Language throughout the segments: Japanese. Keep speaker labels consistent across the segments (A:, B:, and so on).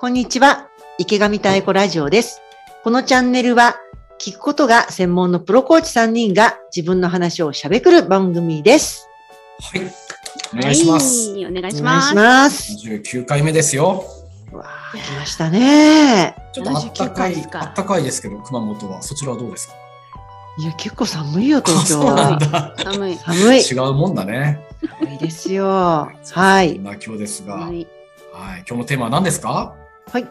A: こんにちは。池上太子ラジオです。このチャンネルは、聞くことが専門のプロコーチ3人が自分の話を喋くる番組です。
B: はい。お願いします。
C: はいお願いし
A: お願
C: ます。
A: いします。
B: 29回目ですよ。
A: うわあ、来ましたね。
B: ちょっとあったか
C: 29
B: い
C: 回、か
B: あったかいですけど、熊本は。そちらはどうですか
A: いや、結構寒いよ、東京
B: そうなん
A: は。
B: だ。
C: 寒い。
A: 寒い。
B: 違うもんだね。
A: 寒いですよ。は
B: そ
A: い
B: ん。な今日ですが、は
C: 寒
B: い。
C: い
B: 今日のテーマは何ですか
A: はい。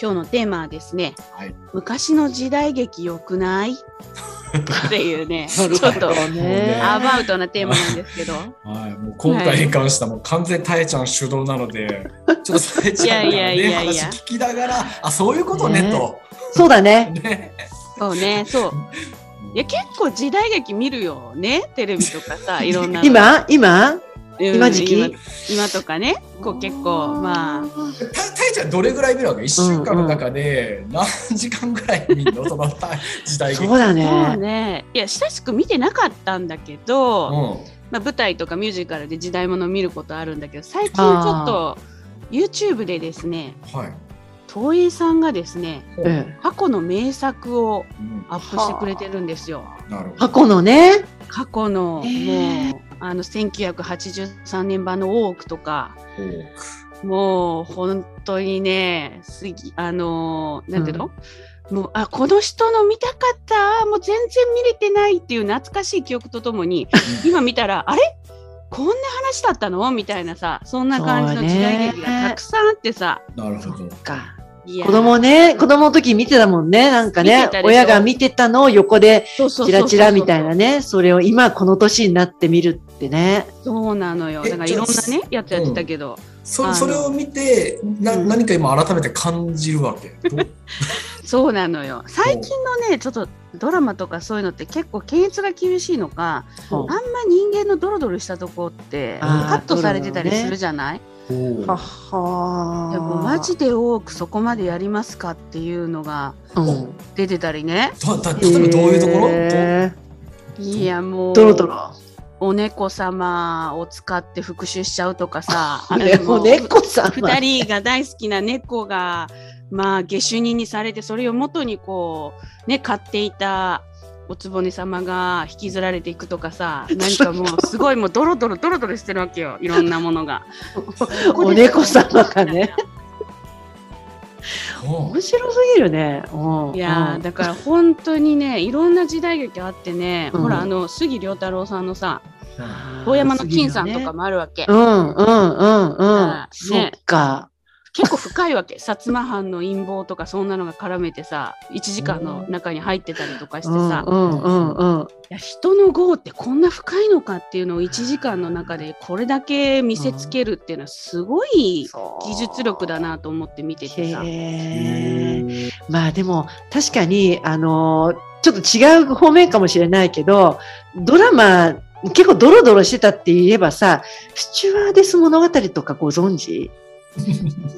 C: 今日のテーマはですね、
B: はい
C: 昔の時代劇良くないっていうね、ちょっと
B: ね
C: アバウトなテーマなんですけど、
B: はい。もう今回に関してはもう完全タエちゃん主導なので、ちょっとタエちゃん
C: い
B: から
C: やいやい
B: ね、
C: やい
B: 話
C: や
B: 聞きながら、あ、そういうことね、
A: ね
B: と。
A: そうだね。
B: ね。
C: そうね、そう。いや、結構時代劇見るよね、テレビとかさ、いろんなの。
A: 今今
C: うん
A: 今時期
C: 今今とかね、こう結構、まあ、
B: たタエちゃんどれぐらい見るわけ ?1 週間の中で何時間ぐらい見るのそのタエ時代劇。
A: そうだ
C: そう
A: ね。
C: ね、いや、親しく見てなかったんだけど、
B: うん
C: まあ、舞台とかミュージカルで時代物見ることあるんだけど最近ちょっと YouTube でですね
B: はい。
C: 東映さんがですね
B: ほう
A: うん。
C: 過去の名作を
B: うん
C: アップしてくれてるんですよ。
B: なるほど。
A: 過去のね。
C: 過去の
A: へー
C: もうあの1983年版の「大奥」とか
B: ほう
C: もう本当にねすぎあのーなんていうの、もうあこの人の見たかったもう全然見れてないっていう懐かしい記憶とともに
B: うん
C: 今見たらあれこんな話だったのみたいなさそんな感じの時代劇がたくさんあってさ、
B: なるほど。
A: か。
C: いやー
A: 子供ね、子供の時見てたもんね。なんか
C: 見
A: ね
C: てたでし、ょ
A: 親が見てたのを横で
C: そうそうそうそう
A: チラチラみたいなね。それを今この年になって見るってね。
C: そうなのよ
B: え
C: だからいろんなねやつやってたけど、あ
B: そ
C: の
B: それを見てな
C: うん
B: 何か今改めて感じるわ け。ど
C: そうなのよ最近のねちょっとドラマとかそういうのって結構検閲が厳しいのか
A: ほ
C: あんま人間のドロドロしたとこって
A: あー
C: カットされてたり
A: ドロドロね
C: するじゃない、
A: うは
B: ほう
C: でも
A: は
C: マジで多くそこまでやりますかっていうのが
A: うん
C: 出てたりね
B: だだ例えばどういうところ、
A: へ
C: いやも
A: ー
C: う
A: ドロドロ。
C: お猫様を使って復讐しちゃうとかさあ
A: ね
C: の
A: お猫さん
C: 二
A: は。
C: 人が大好きな猫が、まあ、下手人にされてそれを元にこう、ね、買っていたお局様が引きずられていくとかさ何かもうすごいもうドロドロドロドロしてるわけよいろんなも のが。
A: お猫様がね。
B: ほう
A: 面白すぎるね。うん
C: い
A: う
C: やー
A: ん
C: だから本当にねいろんな時代劇あってね、
A: うん
C: ほらあの杉良太郎さんのさ
B: は
C: 遠山の金さんとか。もあるわけ、
A: うんうんうんうん
C: あ。
A: そっ
C: ね
A: か。
C: 結構深いわけ薩摩藩の陰謀とかそんなのが絡めてさ1時間の中に入ってたりとかして
A: うん
C: さ、
A: うんうんうん。
C: いや人の業ってこんな深いのかっていうのを1時間の中でこれだけ見せつけるっていうのはすごい技術力だなと思って見ててさ。
A: へーまあでも確かにあのーちょっと違う方面かもしれないけどドラマ結構ドロドロしてたって言えばさスチュワーデス物語とかご存知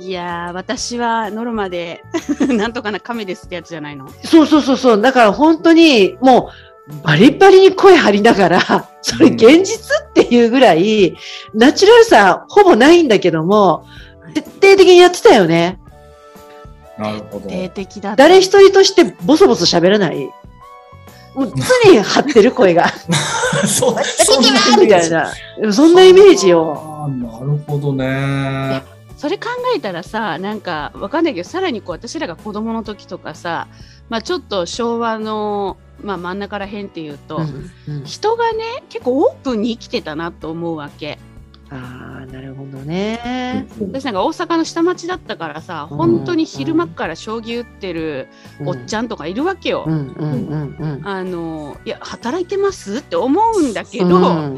C: いやー私はノルマで なんとかな亀ですってやつじゃないの
A: そうそうそうそうだから本当にもうバリバリに声張りながらそれ現実っていうぐらいナチュラルさほぼないんだけども徹底的にやってたよね
B: あなるほど。
C: 定的だった
A: 誰一人としてボソボソ喋らないもう常に張ってる声が
B: そう
A: そ
B: そ
A: んな
B: な
A: みたいな。そんなイメージを。
B: あーなるほどね。
C: それ考えたらさなんかわかんないけどさらにこう私らが子供の時とかさ、まあ、ちょっと昭和の、まあ、真ん中ら辺っていうと、人がね結構オープンに生きてたなと思うわけ。
A: ああ、なるほどね。
C: 私なんか大阪の下町だったからさ
A: うん
C: 本当に昼間っから将棋打ってるおっち
A: ゃ
C: ゃんとかいるわけよ。
A: うんうんうんうん。
C: あのいや働いてますって思うんだけど、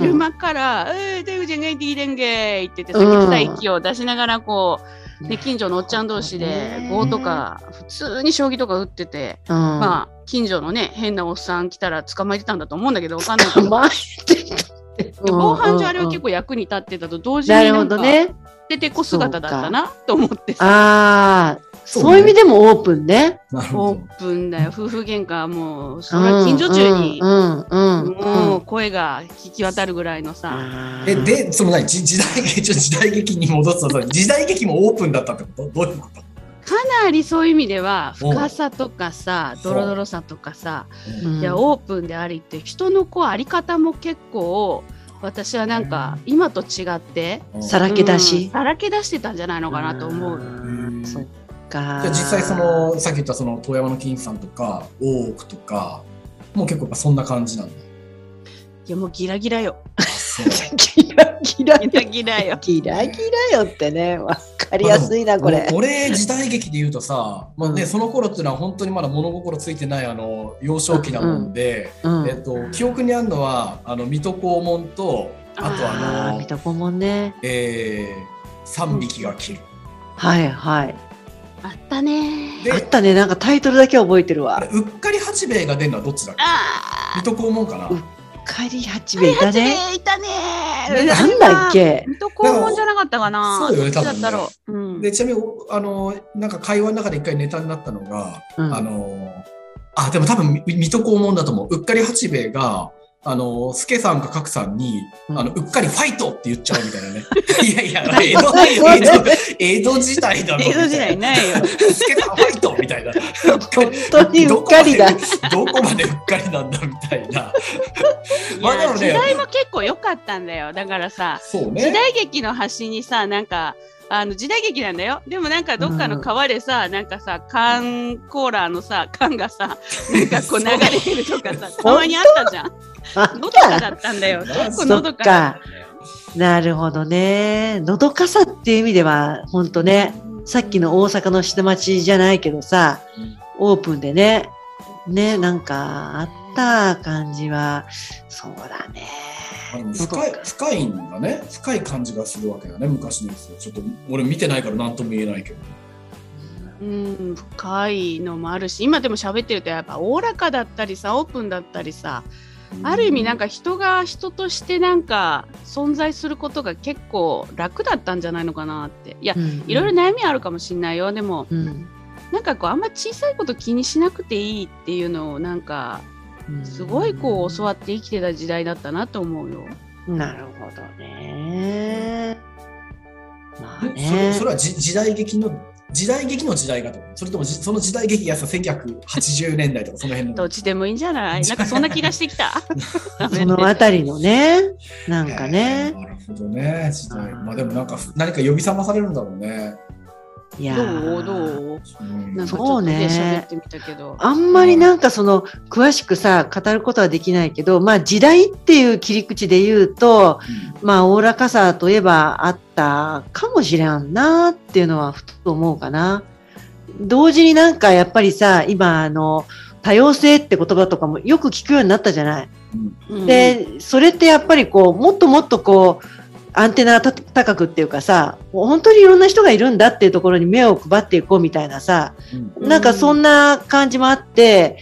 C: 昼間から「えー、手口がいていいでんげー」って言って酒臭い息を出しながらこう、ね、近所のおっちゃん同士で
A: ね
C: 碁とか普通に将棋とか打ってて、
A: まあ、
C: まあ近所のね変なおっさん来たら捕まえてたんだと思うんだけどわかんないけど。
A: 構えてたって。
C: 防犯上あれは結
A: 構。
C: 構役に立ってたと同時
A: な
C: に
A: る
C: な
A: ほ
C: んか
A: どね。
C: 出てこ姿だったなと思ってさ。
A: ああ、そういう意味でもオープンね。
B: なるほ
C: オ
B: ど。
C: ープンだよ夫婦喧嘩もうそれは近所中に
A: う、んうんうん。
C: もう声が聞き渡るぐらいのさ、
B: え でその何じ時代劇ちょ時代劇に戻すと時代劇もオープンだったってことどういうこと？
C: かなりそういう意味では
B: うん
C: 深さとかさ
B: そう
C: ドロドロさとかさ
B: うん
C: いやオープンでありって人のこうあり方も結構私はなんか今と違って
B: うん
A: さらけ出し
C: うんさらけ出してたんじゃないのかなと思う。
A: んそっか
B: じゃあ実際そのさっき言ったその遠山の金さんとか大奥とかもう結構やっぱそんな感じなんだ。
C: いやもうギラギラよ。
B: あそう
A: ギラギラ
C: ギラギラよ。
A: ギラギラよってねわかりやすいなこれ
B: お俺時代劇で言うとさ、まあね、その頃っていうのは本当にまだ物心ついてないあの幼少期なもんで、
A: うん
B: えっと、記憶にあるのはあの水戸黄門とあとあ
A: あー
B: の
A: 見た子もね
B: えー、3匹が切る。
A: はいはい
C: あったね
B: で
A: あったねなんかタイトルだけは覚えてる
B: あ
A: わ
B: れうっかり八兵衛が出るのはどっちだっけ
C: ああ。
B: 水戸黄門かな、
A: うっカリ八兵衛だね
C: ねいたね
B: ね
A: なんだっけ
C: 水戸黄門じゃなかったかな。
B: そうよね多分ね
C: どっちだったろう。うん。
B: でちなみにおあのなんか会話の中で一回ネタになったのが、
A: うん
B: あのあでも多分み水戸黄門だと思ううっかり八兵衛があの助さんか角さんに、
A: うん
B: あのうっかりファイトって言っちゃうみたいな ねいやいや江戸江戸江戸時代だろ
C: 江戸時代
B: みた
C: ないよ。
B: 助さんファイトみたいな
A: 本当にうっかりだ
B: どこまでどこまでうっかりなんだみたいな
C: い
B: まあで
C: や
B: も
C: 時
B: ね
C: 代も結構良かったんだよ。だからさ、
B: そう
C: 時
B: ね
C: 代劇の端にさ、なんか、あの時代劇なんだよ。でもなんかどっかの川でさ、なんかさ、缶コーラのさ、缶 がさ、なんかこう流れてるとかさ、たまにあったじゃん。
A: あ
C: のどかだったんだよ。結構のどかだったんだよ。
A: なるほどねのどかさっていう意味では本当ねさっきの大阪の下町じゃないけどさ
B: うん
A: オープンでねねなんかあった感じはそうだね
B: あでも深い深いんだね深い感じがするわけだね昔のやつちょっと俺見てないから何とも言えないけど
C: うん、深いのもあるし今でも喋ってるとやっぱおおらかだったりさオープンだったりさある意味なんか人が人としてなんか存在することが結構楽だったんじゃないのかなっていや、いろいろ悩みあるかもしんないよでも
A: うん
C: なんかこうあんま小さいこと気にしなくていいっていうのをなんか
A: うん
C: すごいこう教わって生きてた時代だったなと思うよ。
A: なるほどね。まあ
B: えそれ
A: ね。
B: それはじ時代劇の時代劇の時代がとそれともじその時代劇がさ1980年代とかその辺
C: どっ
B: の
C: ちでもいいんじゃないなんかそんな気がして きた。
A: そのあたりのね、なんか
B: え
A: ね
B: ー。なるほどね時代まあでもなんか何か呼び覚まされるんだろうね、
A: いや
C: どう
A: ー
C: どう
B: うん
C: なんかち
A: そう
C: ょっとね
A: そうね
C: 喋ってみたけど。
A: あんまりなんかその、詳しくさ、語ることはできないけど、まあ時代っていう切り口で言うと、まあおおらかさといえばあったかもしれんなっていうのはふと思うかな。同時になんかやっぱりさ、今あの、多様性って言葉とかもよく聞くようになったじゃない
C: うん
A: で、それってやっぱりこう、もっともっとこう、アンテナた高くっていうかさ、もう本当にいろんな人がいるんだっていうところに目を配っていこうみたいなさ、
B: うん
A: なんかそんな感じもあって、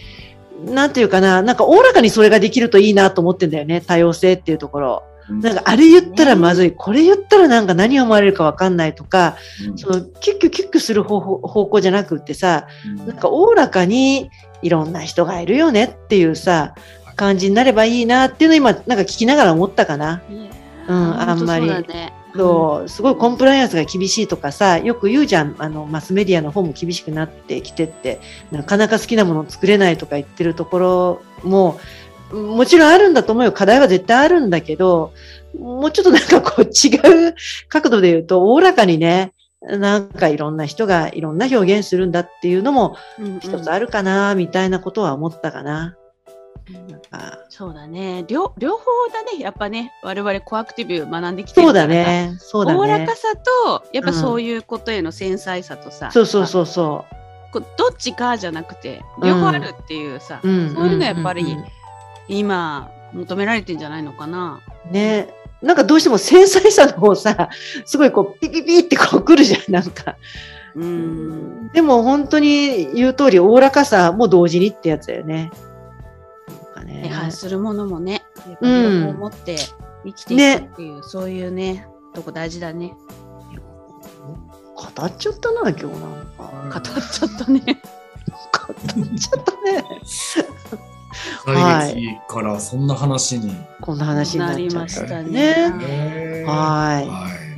A: なんていうかな、なんかおおらかにそれができるといいなと思ってんだよね、多様性っていうところ。
B: うん
A: なんかあれ言ったらまずい、これ言ったらなんか何思われるかわかんないとか、
B: うん
A: そのキュッキュキュッキュする方法方向じゃなくってさ、
B: うん
A: なんかおおらかにいろんな人がいるよねっていうさ、感じになればいいなっていうのを今、なんか聞きながら思ったかな。
C: いやー
A: うんあんまり
C: 本当そうだね
A: そうすごいコンプライアンスが厳しいとかさ、よく言うじゃん、あの、マスメディアの方も厳しくなってきてって、なかなか好きなものを作れないとか言ってるところも、もちろんあるんだと思うよ。課題は絶対あるんだけど、もうちょっとなんかこう違う角度で言うと、おおらかにね、なんかいろんな人がいろんな表現するんだっていうのも
C: うんうん
A: 一つあるかな、みたいなことは思ったかな。あ
C: そうだね両両方だねやっぱね我々コアクティブ学んできて
A: そ
C: る
A: う
C: か
A: だ
C: ら
A: ね。そうだ
C: おおら
A: ね
C: か。さとやっぱそういうことへの繊細さとさ、
A: そうそうそうそ
C: こうどっちかじゃなくて両方あるっていうさ、
A: う。うん。
C: そういうのやっぱり
A: うんうん
C: 今求められてんじゃないのかな。
A: ねなんかどうしても繊細さの方さ、すごいこうピピピってこう来るじゃん、なんか。
C: う
B: うんん
A: でも本当に言う通り、おおらかさも同時にってやつだよね。なんかね
C: 批判するものもね、やっぱ
A: うん
C: 両方持って生きていくっていう、そういうね、とこ大事だね。
A: 語っちゃったな、今日なんか。
C: 語っちゃったね。
A: 語っちゃったね。
B: 来月からそんな話に、
A: こんな話になっちゃった
C: なりました
A: ね。
C: ね
B: ね
A: はい
B: はい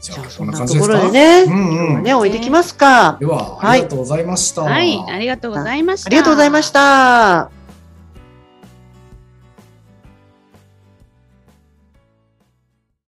B: じ
A: じゃ
B: ゃあ
A: あ、
B: こ
A: そ
B: ん
A: ん
B: な
A: な
B: 感
A: と
B: じで
A: こ
B: すか
A: ろでね、
B: うんうん
A: ね、置いてきますか。
B: では、
A: は
B: あ
A: い
B: りがとうございました。
C: はい、ありがとうございました。
A: ありがとうございました。